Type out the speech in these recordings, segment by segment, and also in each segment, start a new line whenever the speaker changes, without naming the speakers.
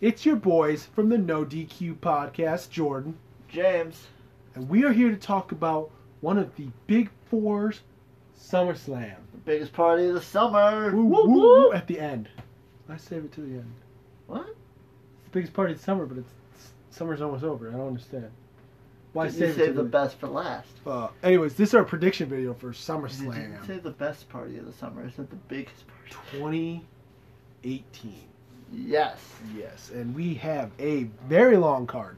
It's your boys from the No DQ podcast, Jordan,
James.
and we are here to talk about one of the big fours, SummerSlam.
The biggest party of the summer.
Woo, woo, woo, at the end. I save it to the end.
What?
It's the biggest party of summer, but it's, it's- summer's almost over. I don't understand. Why
Did
save
you
it to
save the
end?
best for last?
Uh, anyways, this is our prediction video for
Did you
SummerSlam
say the best party of the summer? Is it the biggest party?
2018.
Yes.
Yes, and we have a very long card.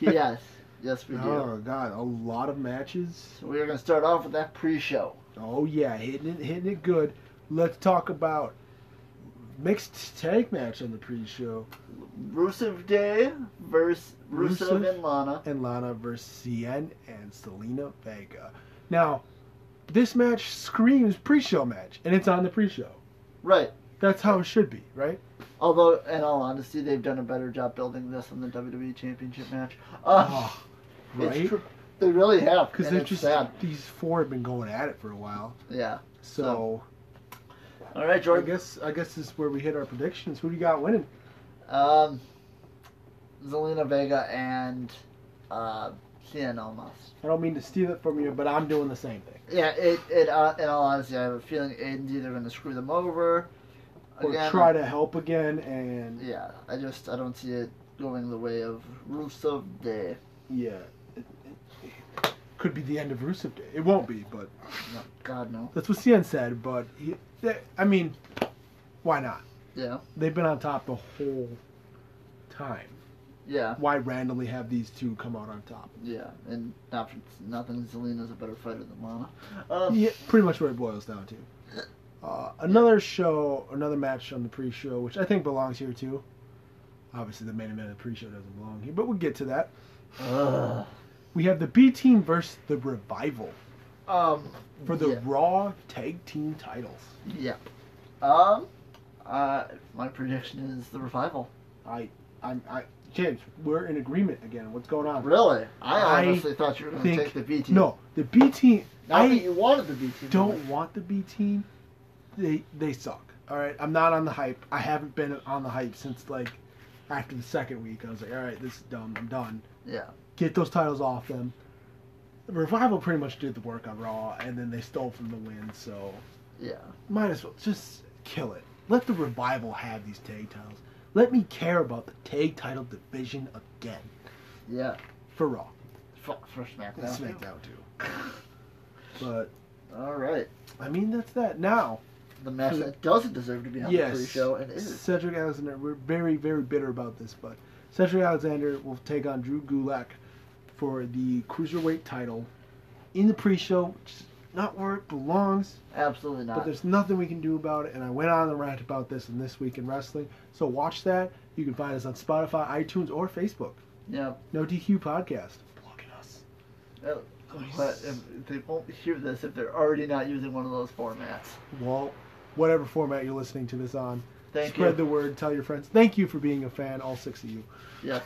yes. Yes, we do.
Oh god, a lot of matches.
So we are going to start off with that pre-show.
Oh yeah, hitting it, hitting it good. Let's talk about mixed tag match on the pre-show
Rusev Day versus Rusev,
Rusev.
and Lana.
and Lana versus CN and Selena Vega. Now, this match screams pre-show match, and it's on the pre-show.
Right.
That's how it should be, right?
Although, in all honesty, they've done a better job building this than the WWE Championship match. Uh,
Oh,
it's
right?
tr- they really have.
Because
Because
they're
it's
just
sad.
these four have been going at it for a while.
Yeah.
So
All right,
I
Jordan.
guess I guess this is where we hit our predictions. Who do you got winning?
Um, Zelina Vega and uh, Cien Almas.
I don't mean to steal it from you, but I'm doing the same thing.
Yeah, it, it uh, in all honesty, I have a feeling Aiden's either going to screw them over.
Or try to help again, and
Yeah, I just I don't see it going the way of Rusev Day.
Yeah. It- it- it Could be the end of Rusev Day. It won't be, but
No, God no.
that's what Cien said. But he, that- I mean, why not?
Yeah,
They've been on top the whole time.
yeah,
Why randomly have these two come out on top?
yeah, and not for nothing. Zelina's a better fighter than Lana. Um,
Yeah, pretty much what it boils down to. Uh, another show, another match on the pre-show, which I think belongs here too. Obviously, the main event of the pre-show doesn't belong here, but we'll get to that.
ugh.
We have the B Team versus the Revival
um,
for the
yeah.
Raw Tag Team titles.
yeah. Um, uh, my prediction is the revival.
I, I'm, I, James, we're in agreement again. What's going on?
Really? I
I
honestly thought you were going to
think-
take the B team.
No, the B team.
Not
I
that you wanted the B team.
don't want the B team. They they suck. All right, I'm not on the hype. I haven't been on the hype since like after the second week. I was like, all right, this is dumb. I'm done.
Yeah.
Get those titles off them. The Revival pretty much did the work on Raw, and then they stole from the win. So
Yeah.
might as well just kill it. Let the Revival have these tag titles. Let me care about the tag title division again
Yeah.
for Raw.
For, for SmackDown.
It's SmackDown too. But
All right.
I mean that's that. Now,
The match
So-
that doesn't deserve to be on
yes,
the pre-show and is.
Cedric Alexander. We're very very bitter about this, but Cedric Alexander will take on Drew Gulak for the cruiserweight title in the pre-show, which is not where it belongs.
Absolutely
But
not.
there's nothing we can do about it. And I went on a rant about this in this week in wrestling. So watch that. You can find us on Spotify, iTunes, or Facebook.
Yeah.
No DQ podcast. Blocking us.
Oh, But if they won't hear this if they're already not using one of those formats.
Well, whatever format you're listening to this on.
Thank
Spread
you.
the word. Tell your friends. Thank you for being a fan, all six of you.
Yes.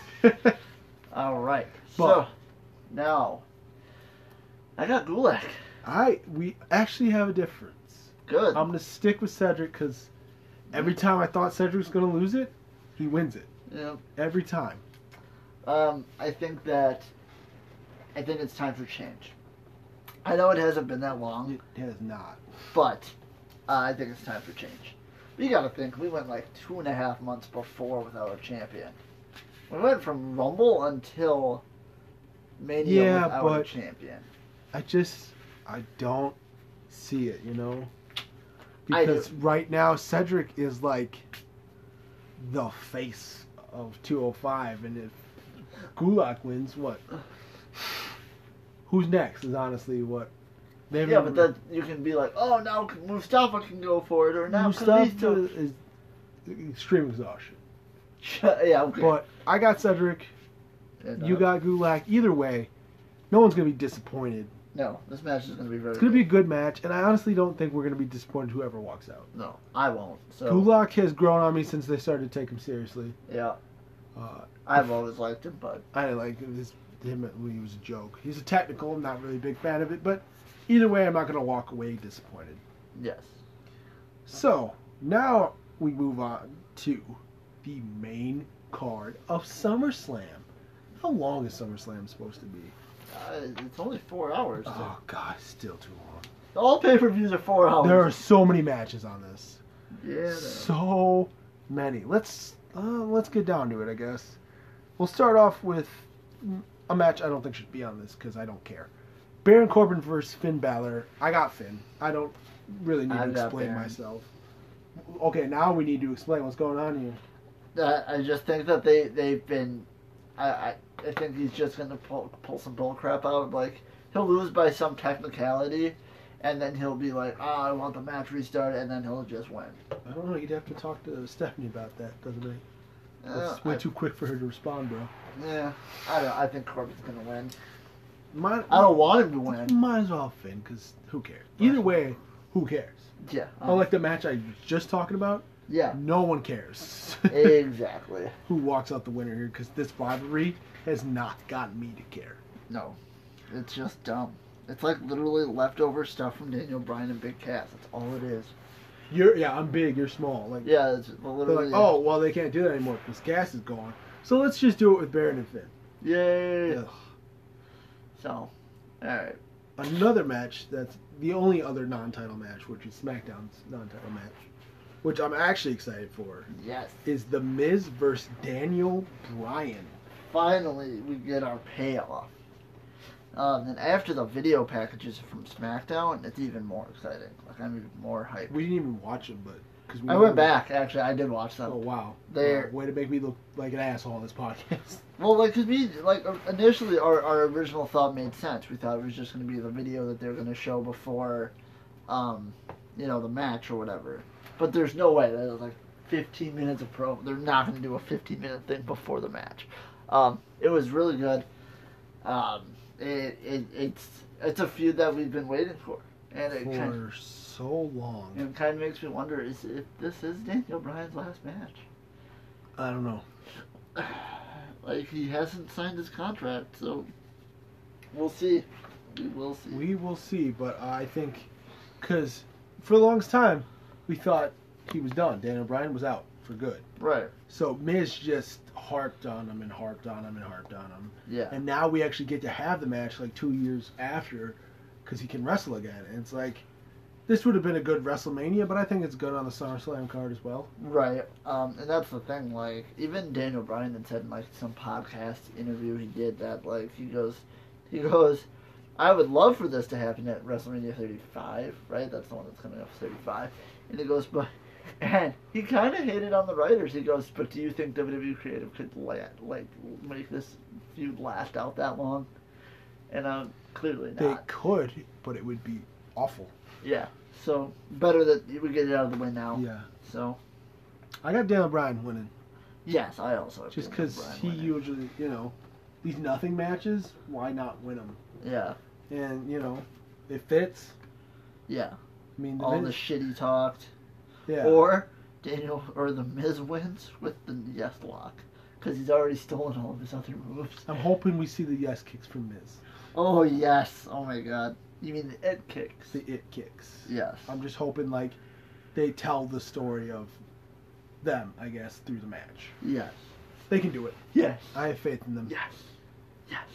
All right. so
But-
now I got Gulak.
I we actually have a difference.
Good.
I'm gonna stick with Cedric because every time I thought Cedric was gonna lose it, he wins it
yeah.
every time.
Um, I think that I think it's time for change. I know it hasn't been that long,
It has not.
but uh, I think it's time for change. But you got to think we went like two and a half months before without a champion. We went from Rumble until Mania
Yeah,
without a
but-
champion.
I just I don't see it. You know,
I do.
because right now Cedric is like the face of 205, and if Gulak wins, what? Who's next is honestly what. They
Yeah, but that you can be like, oh, now Mustafa can go for it, or now
stuff
Mustafa. Two.
is extreme exhaustion.
yeah, okay.
But I got Cedric.
And,
You
uh,
got Gulak. Either way, no one's gonna be disappointed.
no. This match is gonna be very.
It's gonna be a
good.
good match, and I honestly don't think we're gonna be disappointed whoever walks out.
no. I won't. So
Gulak has grown on me since they started to take him seriously.
yeah,
Uh,
I've always liked him, but
I like his, him when he was a joke. He's a technical. I'm not really a big fan of it, but either way, I'm not gonna walk away disappointed.
yes.
So now we move on to the main card of SummerSlam. How long is SummerSlam supposed to be?
Uh, it's only four hours.
Oh god, Oh, it's still too long.
All pay per views are four hours.
There are so many matches on this.
yeah. no.
so many. Let's uh, let's get down to it, I guess. We'll start off with a match I don't think should be on this because I don't care. Baron Corbin versus Finn Balor. I got Finn. I don't really need
I've
to
got
explain
Baron.
myself. Okay, now we need to explain what's going on here.
I- I just think that they they've been. I I, I think he's just gonna pull pull some bull crap out. Like he'll lose by some technicality, and then he'll be like, "Ah, I want the match restarted," and then he'll just win.
I don't know. You'd have to talk to Stephanie about that, doesn't it?
Uh,
It's way
I-
too quick for her to respond, bro.
yeah, I don't. I think Corbin's gonna win.
Might,
I don't want him to win.
Might as well Finn, because who cares? Either way, who cares?
Yeah. um,
Unlike the match I was just talking about,
yeah.
no one cares.
Exactly.
who walks out the winner here because this rivalry has not gotten me to care.
No, it's just dumb. It's like literally leftover stuff from Daniel Bryan and Big Cass. That's all it is.
You're yeah, I'm big, you're small. Like
Yeah, it's
they're
literally.
like, oh well, they can't do that anymore because gas is gone. So let's just do it with Baron and Finn.
yay!
Ugh.
So, all right.
Another match that's the only other non-title match, which is SmackDown's non-title match, which I'm actually excited for,
Yes.
is The Miz versus Daniel Bryan.
Finally, we get our payoff. Um, and after the video packages from SmackDown, it's even more exciting. Like I'm even more hyped.
We didn't even watch him, but because we
I went back. Actually, I did watch them.
Oh wow!
They're-
Wow, way to make me look like an asshole on this podcast.
Well, like, cause we like initially our, our original thought made sense. We thought it was just gonna be the video that they're gonna show before, um, you know, the match or whatever. But there's no way that was like 15 minutes of pro. They're not gonna do a 15 minute thing before the match. Um, it was really good. Um, it, it it's it's a feud that we've been waiting for, and it kind of,
for so long.
it kind of makes me wonder is if this is Daniel Bryan's last match.
I don't know.
Like he hasn't signed his contract, so we'll see. We will see.
We will see, but I think because for the longest time we thought he was done. Daniel Bryan was out for good.
right.
So Miz just harped on him and harped on him and harped on him,
Yeah.
and now we actually get to have the match like two years after because he can wrestle again. And it's like this would have been a good WrestleMania, but I think it's good on the SummerSlam card as well.
Right. Um, and that's the thing. Like even Daniel Bryan had said in like some podcast interview he did that like he goes, he goes, I would love for this to happen at WrestleMania 35. Right. That's the one that's coming up 35. And he goes, but. And he kind of hated on the writers. He goes, "But do you think WWE creative could la- like make this feud last out that long?" And um, clearly
They
not.
could, but it would be awful.
Yeah. So better that we get it out of the way now.
Yeah,
So
I got Daniel Bryan winning.
yes, I also have
Just
Daniel
because
Bryan
he
winning.
usually, you know, these nothing matches, why not win them?
yeah
And, you know, it fits.
yeah
I mean, the
all
Miz-
the shit he talked
yeah.
or Daniel or the Miz wins with the yes lock because he's already stolen all of his other moves.
I'm hoping we see the yes kicks from Miz.
Oh yes, oh my god. You mean the ed kicks?
The it kicks.
Yes.
I'm just hoping, like, they tell the story of them, I guess, through the match.
Yes.
They can do it.
Yes.
I have faith in them.
Yes. Yes.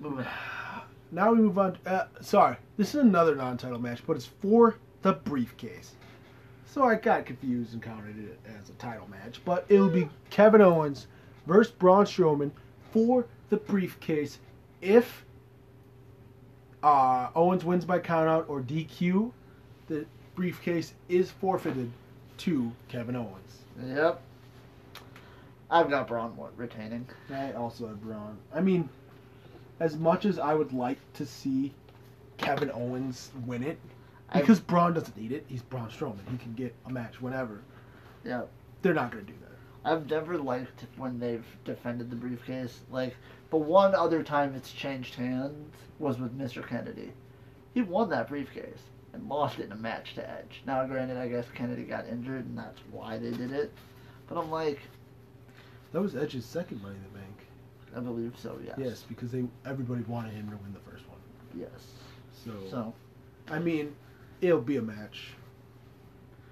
Moving on.
Now we move on. uh, sorry, this is another non-title match, but it's for the briefcase. So I got confused and counted it as a title match, but it'll be Kevin Owens versus Braun Strowman for the briefcase. If uh, Owens wins by countout or DQ, the briefcase is forfeited to Kevin Owens.
Yep. I've got Braun retaining.
I also have Braun. I mean, as much as I would like to see Kevin Owens win it,
I-
because Braun doesn't need it. He's Braun Strowman. He can get a match whenever.
Yeah.
They're not going to do that.
I've never liked when they've defended the briefcase. Like, but one other time it's changed hands was with Mr. Kennedy. He won that briefcase and lost it in a match to Edge. Now, granted, I guess Kennedy got injured and that's why they did it. But I'm like,
That was Edge's second Money in the Bank.
I believe so. Yes.
Yes, because they everybody wanted him to win the first one.
Yes.
So,
So
I mean, it'll be a match.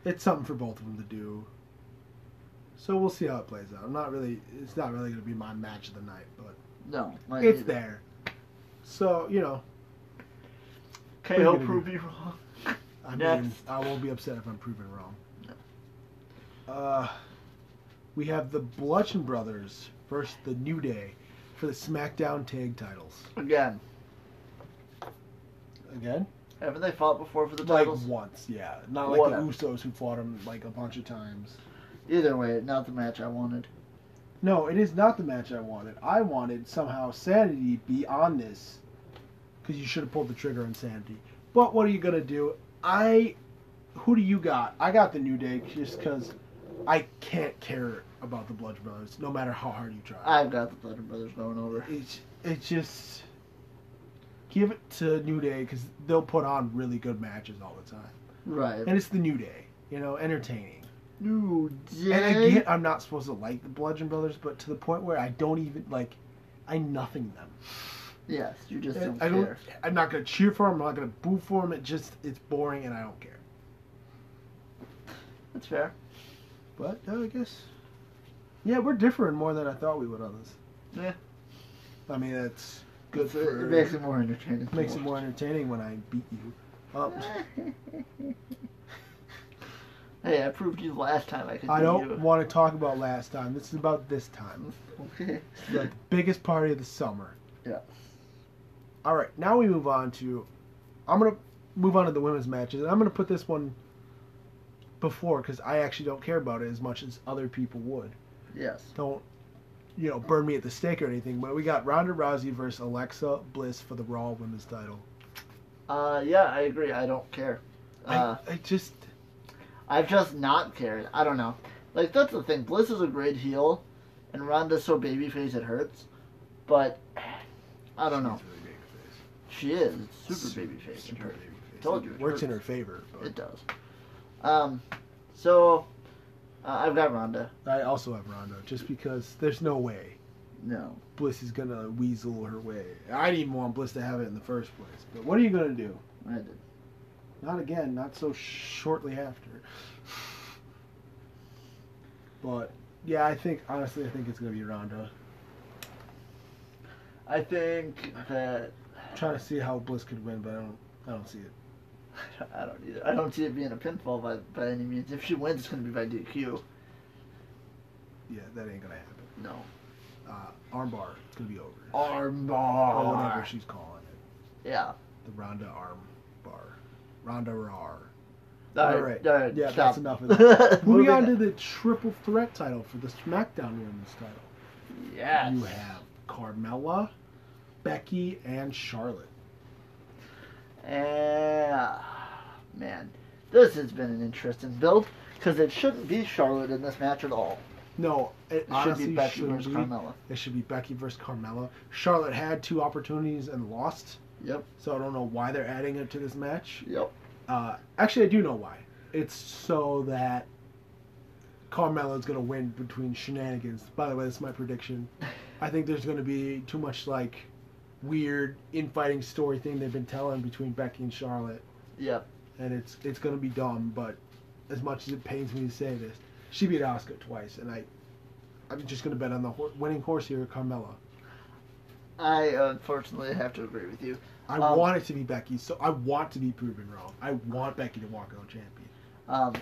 It's something for both of them to do. So we'll see how it plays out. I'm not really. It's not really going to be my match of the night, but
No, like,
it's there. So you know,
Can you
What are you gonna
prove me wrong?
I mean,
Next.
I won't be upset if I'm proven wrong. Uh, we have the Bludgeon Brothers versus the New Day for the SmackDown Tag Titles
Again,
again.
haven't they fought before for the
Like
titles?
once, yeah. Not like
Whatever.
the Usos who fought him like a bunch of times.
Either way, not the match I wanted.
No, it is not the match I wanted. I wanted somehow Sanity be on this because you should have pulled the trigger on Sanity. But what are you gonna do? I, who do you got? I got the New Day just because I can't care about the Blood Brothers, no matter how hard you try.
I've got the Thunder Brothers going over.
it's it's just give it to New Day because they'll put on really good matches all the time,
Right.
and it's the New Day, you know, entertaining.
New
And again, I'm not supposed to like the Bludgeon Brothers, but to the point where I don't even like, I nothing them.
Yes, you just
And
don't
I
care.
I'm not gonna cheer for them. I'm not gonna boo for them. It just it's boring, and I don't care.
That's fair.
But uh, I guess, yeah, we're different more than I thought we would on this.
Yeah.
I mean that's good
It's-
for
it makes it more entertaining. to
makes it
watch.
more entertaining when I beat you up.
hey, I proved you last time I could
I
do
don't
you.
want to talk about last time. This is about this time.
Okay.
The biggest party of the summer.
Yeah.
All right, now we move on to. I'm gonna move on to the women's matches, and I'm gonna put this one before because I actually don't care about it as much as other people would.
Yes.
Don't, you know, burn me at the stake or anything. But we got Ronda Rousey versus Alexa Bliss for the Raw Women's Title.
Uh, yeah, I agree. I don't care. Uh,
I, I just
I've just not cared. I don't know. Like that's the thing. Bliss is a great heel, and Ronda's so babyface it hurts. But I don't know.
She's really babyface.
She is super babyface. it
Super
hurts.
babyface.
Told
It
you, it
works in her
hurts.
favor. But
It does. Um, so uh, I've got Ronda.
I also have Ronda just because there's no way
No.
Bliss is gonna weasel her way. I didn't even want Bliss to have it in the first place. But what are you gonna do?
I did.
Not again, not so shortly after. But yeah, I think honestly, I think it's gonna be Ronda.
I think that
I'm trying to see how Bliss could win, but I don't, I don't see it.
I don't either. I don't see it being a pinfall by by any means. If she wins, it's going to be by DQ.
Yeah, that ain't gonna happen.
No.
Uh, armbar, it's gonna be over.
Oh,
Or Oh, whatever
Armbar.
she's calling it,
Yeah.
the Ronda arm bar, Ronda rar.
All
All
right.
right.
All right.
Yeah,
stop.
that's enough of that. Moving
Moving
on to the triple threat title for the SmackDown Women's title.
Yes.
You have Carmella, Becky, and Charlotte.
Yeah. Man, this has been an interesting build because it shouldn't be Charlotte in this match at all.
No, it
It
honestly
should be Becky versus
be.
Carmella.
It should be Becky versus Carmella. Charlotte had two opportunities and lost,
Yep.
so I don't know why they're adding it to this match.
Yep.
Uh, actually, I do know why. It's so that Carmella's going to win between shenanigans. By the way, that's my prediction. I think there's going to be too much, like, weird infighting story thing they've been telling between Becky and Charlotte.
Yep.
and it's it's gonna be dumb. But as much as it pains me to say this, she beat Oscar twice, and I I'm just gonna bet on the hor winning horse here, Carmella.
I unfortunately have to agree with you.
I
Um,
want it to be Becky, so I want to be proven wrong. I want Becky to walk out champion.
Um,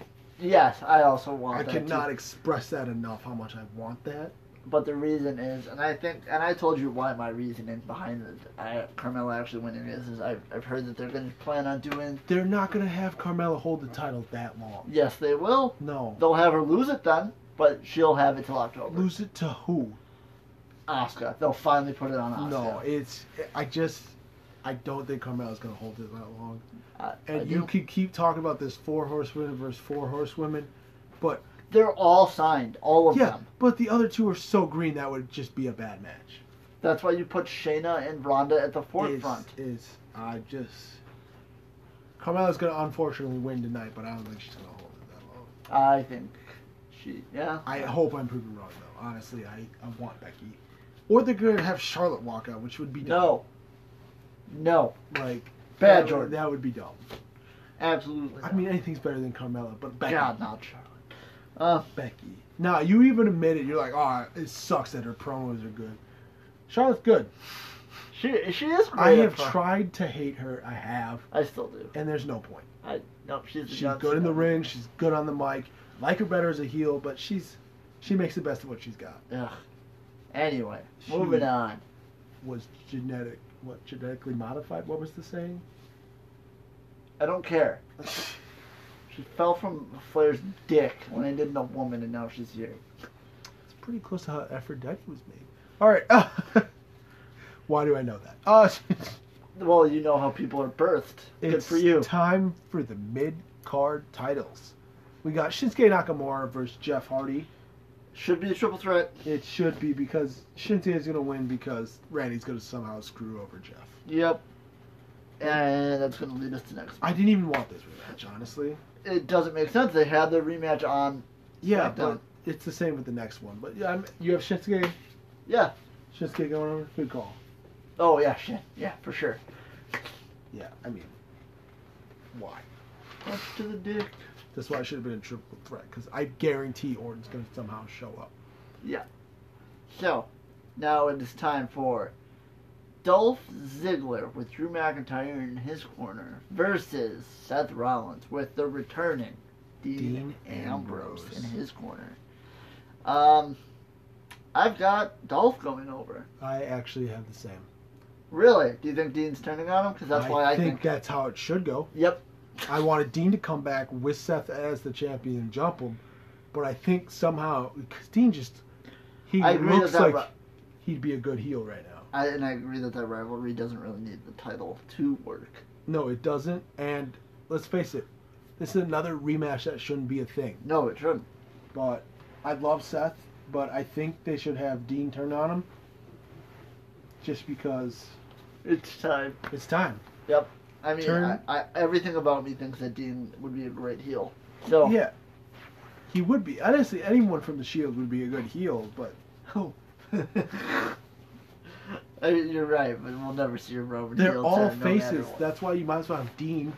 yes, I also want
I
that
cannot
too.
express that enough how much I want that.
But the reason is, and I think, and I told you why my reasoning behind the I, Carmella actually winning is, is I've, I've heard that they're going to plan on doing.
They're not gonna have Carmella hold the title that long.
Yes, they will.
No.
They'll have her lose it then, but she'll have it till October.
Lose it to who?
Asuka. They'll finally put it on Asuka. Uh,
No, it's I just I don't think Carmella's gonna hold it that long.
I, I
And you
do.
could keep talking about this four horsewomen versus four horsewomen, but
They're all signed, all of
Yeah,
them.
but the other two are so green that would just be a bad match.
That's why you put Shayna and Ronda at the
Is-
forefront.
is I just Carmella's gonna unfortunately win tonight, but I don't think she's gonna hold it that long.
I think she, yeah.
I hope I'm proven wrong though. Honestly, I, I want Becky, or they're gonna have Charlotte walk out, which would be dumb.
No. No.
like
Bad,
that,
Jordan.
would- That would be dumb.
Absolutely.
I
not.
mean, anything's better than Carmella, but Becky.
God, not Charlotte. Uh,
Becky. Now you even admit it. You're like, oh, it sucks that her promos are good. Charlotte's good.
she she is great.
I have
at pro-
tried to hate her. I have,
I still do.
and there's no point.
I nope. She's
She's good in the ring. She's good on the mic. Like her better as a heel, but she's she makes the best of what she's got.
Ugh. Anyway,
She-
moving on.
Was genetic what genetically modified? What was the saying?
I don't care. She fell from Flair's dick when I didn't know woman, and now she's here.
It's pretty close to how Aphrodite was made. All right. why do I know that? Uh,
Well, you know how people are birthed. Good
it's
for you.
time for the mid card titles. We got Shinsuke Nakamura versus Jeff Hardy.
Should be a triple threat.
It should be because Shinsuke is going to win because Randy's going to somehow screw over Jeff.
Yep. And that's going to lead us to next.
I didn't even want this rematch, honestly.
It doesn't make sense. They had their rematch on.
Yeah,
SmackDown.
but it's the same with the next one. But yeah, I'm, you have Shinsuke,
Yeah.
Shinsuke going over. Good call.
Oh yeah, shit. Yeah, for sure.
Yeah, I mean, why?
Punch to the dick.
That's why I should have been a triple threat because I guarantee Orton's going to somehow show up.
So, now it is time for Dolph Ziggler with Drew McIntyre in his corner versus Seth Rollins with the returning Dean,
Dean
Ambrose.
Ambrose.
in his corner. Um, I've got Dolph going over.
I actually have the same.
Really? Do you think Dean's turning on him? Because that's why I
think,
think.
that's how it should go.
Yep.
I wanted Dean to come back with Seth as the champion and jump him, but I think somehow because Dean just he
I agree
looks
that
like
that ri-
he'd be a good heel right now.
I, and I agree that that rivalry doesn't really need the title to work.
No, it doesn't. And let's face it, this is another rematch that shouldn't be a thing.
No, it shouldn't.
But I love Seth, but I think they should have Dean turn on him just because
It's time.
it's time.
I mean,
Turn-
I, I, everything about me thinks that Dean would be a great heel. So
Yeah, he would be. Honestly, anyone from the Shield would be a good heel, but oh.
I mean, you're right, but we'll never see a Roman
They're
heel
all
turn, no matter
faces.
what.
That's why you might as well have Dean.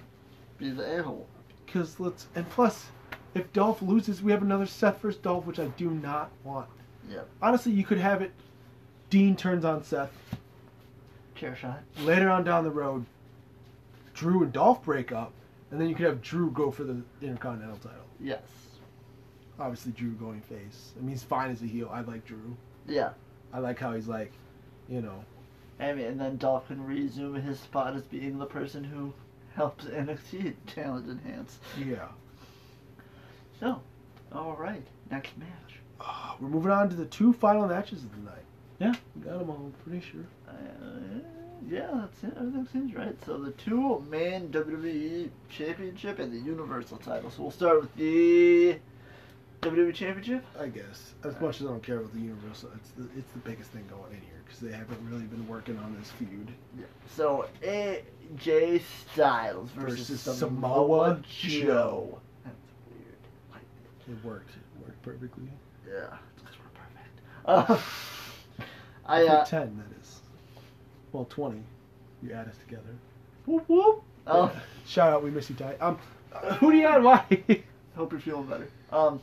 Be the a-hole.
Because let's and plus, if Dolph loses, we have another Seth versus Dolph, which I do not want.
Yep.
Honestly, you could have it. Dean turns on Seth
Chair shot.
later on down the road. Drew and Dolph break up, and then you could have Drew go for the Intercontinental title.
Yes.
Obviously, Drew going face. I mean, he's fine as a heel. I like Drew.
Yeah.
I like how he's like, you know,
I mean, and then Dolph can resume his spot as being the person who helps NXT talent enhance.
yeah.
So, all right, next match.
Uh, we're moving on to the two final matches of the night. Yeah, we got them all. I'm pretty sure.
Uh, yeah, that's it. Everything seems right. So the two main WWE E Championship and the Universal title. So we'll start with the WWE Championship.
I guess as much as I don't care about the Universal, it's the it's the biggest thing going in here because they haven't really been working on this feud.
So AJ Styles versus,
Versus
Samoa,
Samoa
Joe.
Joe.
That's weird. Like,
It worked. It worked perfectly.
Yeah, those were perfect. Uh, I
Pick
uh,
ten that is. Well, twenty. You add us together.
whoop whoop. Oh,
Shout out, we miss you, Ty. Um, who do you not like?
hope you're feeling better. Um,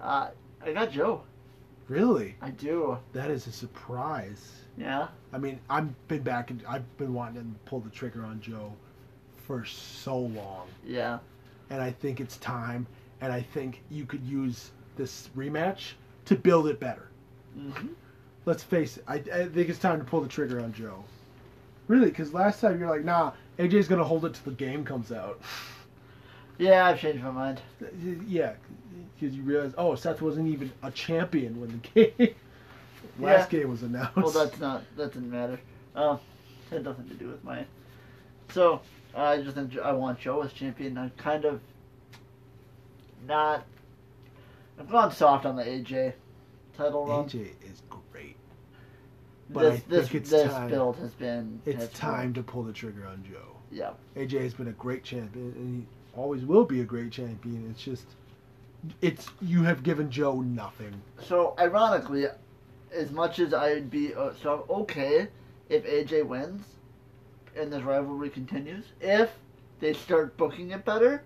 uh, I got Joe.
really?
I do.
That is a surprise.
Yeah.
I mean, I've been back and I've been wanting to pull the trigger on Joe for so long,
Yeah.
and I think it's time. And I think you could use this rematch to build it better.
hmm
let's face it, I, I think it's time to pull the trigger on Joe. Really, because last time you're like, nah, AJ's gonna hold it till the game comes out.
Yeah, I've changed my mind.
yeah, because you realize, oh, Seth wasn't even a champion when the game last game was announced.
Well, that's not. That didn't matter. Um, had nothing to do with mine. So I just think I want Joe as champion. I'm kind of not. I've gone soft on the AJ title run.
AJ is great. but I
this this,
think it's
this
time.
build has been.
It's
has been-
time to pull the trigger on Joe.
Yeah.
AJ has been a great champion, and he always will be a great champion. It's just, it's you have given Joe nothing.
So ironically, as much as I'd be uh, so okay if AJ wins, and this rivalry continues, if they start booking it better,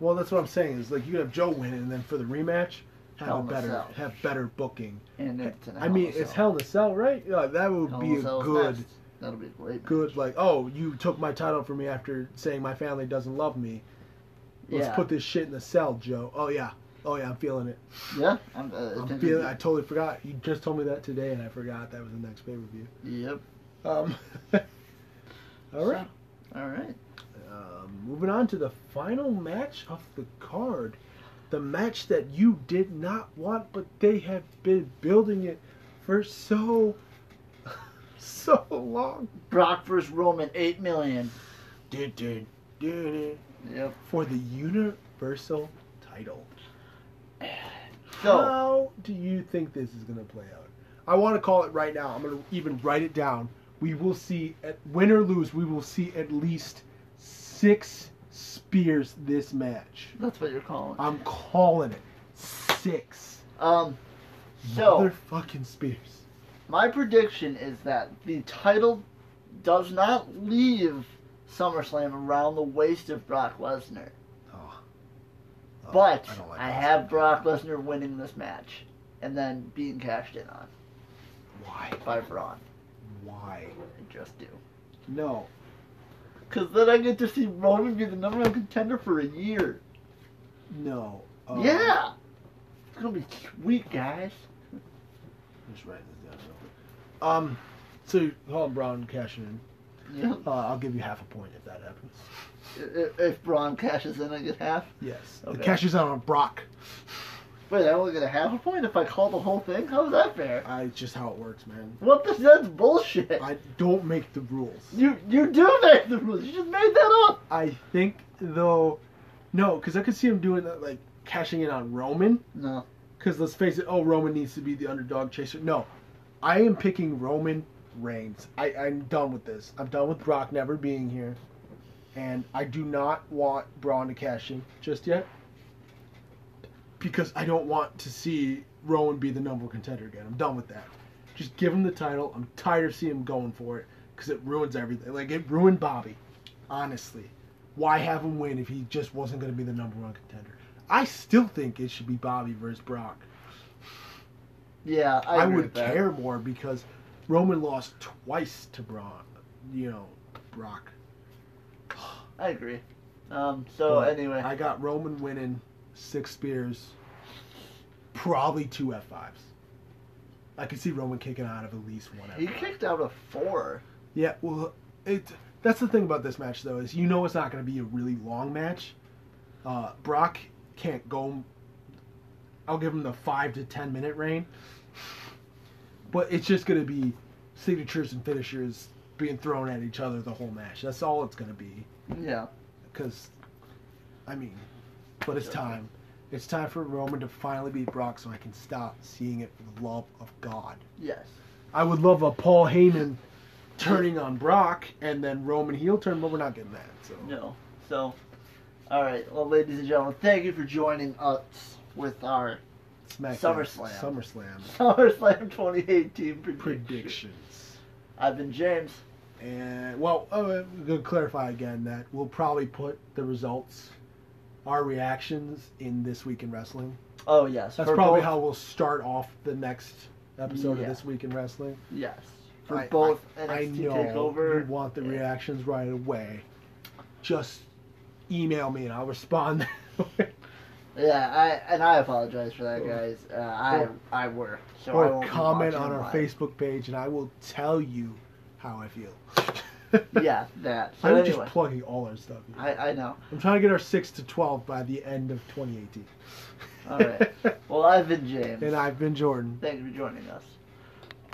Well, that's what I'm saying. Is like you could have Joe win, and then for the rematch, have
Hell
a
in a
better
Cell.
have better booking.
And it's an
I mean, it's Hell in a Cell, right? Yeah, that would
Hell in
be a
Cell's
good,
next. That'll be great.
good like, oh, you took my title from me after saying my family doesn't love me. Let's
yeah.
put this shit in the cell, Joe. Oh yeah, oh yeah, I'm feeling it.
yeah. I'm, uh, I
I'm
think
feeling.
it'd
I totally forgot. You just told me that today, and I forgot that was the next pay per view.
be- Yep.
Um, all right.
So, all right.
Um, moving on to the final match of the card. The match that you did not want, but they have been building it for so, so long.
Brock versus Roman, eight million.
Did, did, did it.
Yep.
For the Universal title.
So
How do you think this is going to play out? I want to call it right now. I'm going to even write it down. We will see, at, win or lose, we will see at least six spears this match.
that's what you're calling.
I'm calling it six
Um. So
motherfucking spears.
my prediction is that the title does not leave SummerSlam around the waist of Brock Lesnar,
Oh.
but
don't like
I
that.
have Brock Lesnar winning this match and then being cashed in on
Why?
by Braun.
Why?
I just do.
No.
Because then I get to see Roman be the number one contender for a year.
No. Um,
yeah! It's going to be sweet, guys.
Just write this down. real quick. Um. So Colin Brown cashing in.
Yeah.
Uh, I'll give you half a point if that happens.
If, if Braun cashes in, I get half.
Yes. The
Okay.
cash is out on Brock.
Wait, I only get a half a point if I call the whole thing? How is that fair?
I it's just how it works, man.
What the? That's bullshit.
I don't make the rules.
You you do make the rules. You just made that up.
I think though, no, because I could see him doing that, like cashing in on Roman.
No.
Because let's face it, oh, Roman needs to be the underdog chaser. No, I am picking Roman Reigns. I, I'm done with this. I'm done with Brock never being here. And I do not want Braun to cash in just yet. Because I don't want to see Rowan be the number one contender again. I'm done with that. Just give him the title. I'm tired of seeing him going for it because it ruins everything. Like, it ruined Bobby, honestly. Why have him win if he just wasn't going to be the number one contender? I still think it should be Bobby versus Brock.
Yeah, I,
I,
agree
would
with that.
care more because Roman lost twice to Brock. You know, Brock.
I agree. Um. So
But
anyway,
I got Roman winning six spears, probably two F5s. I could see Roman kicking out of at least one
he
F5.
kicked out a four.
Yeah, well, it. That's the thing about this match, though, is you know it's not going to be a really long match. Uh, Brock can't go. I'll give him the five to ten minute reign, but it's just going to be signatures and finishers being thrown at each other the whole match. That's all it's going to be.
Yeah.
Because, I mean, but it's time. It's time for Roman to finally beat Brock, so I can stop seeing it for the love of God.
Yes.
I would love a Paul Heyman turning on Brock and then Roman heel turn, but we're not getting that. So
No. So, all right. Well, ladies and gentlemen, thank you for joining us with our
SmackDown,
SummerSlam.
SummerSlam
SummerSlam 2018 prediction.
predictions.
I've been James.
And well, uh, we're gonna clarify again that we'll probably put the results, our reactions in this week in wrestling.
Oh yes.
That's
for
probably
both-
how we'll start off the next episode
Yeah.
of this week in wrestling.
Yes. For
I-
both
I,
NXT
I know
Takeover.
you want the
and-
reactions right away. Just email me and I'll respond.
Yeah, I and I apologize for that, guys. Uh, I I work, so I
or
won't be
comment
watching
on our
live.
Facebook page, and I will tell you how I feel.
Yeah, that. So
I'm
anyway,
just plugging all our stuff. here.
I I know.
I'm trying to get our six to twelve by the end of 2018.
All right. Well, I've been James,
and I've been Jordan.
thank you for joining us.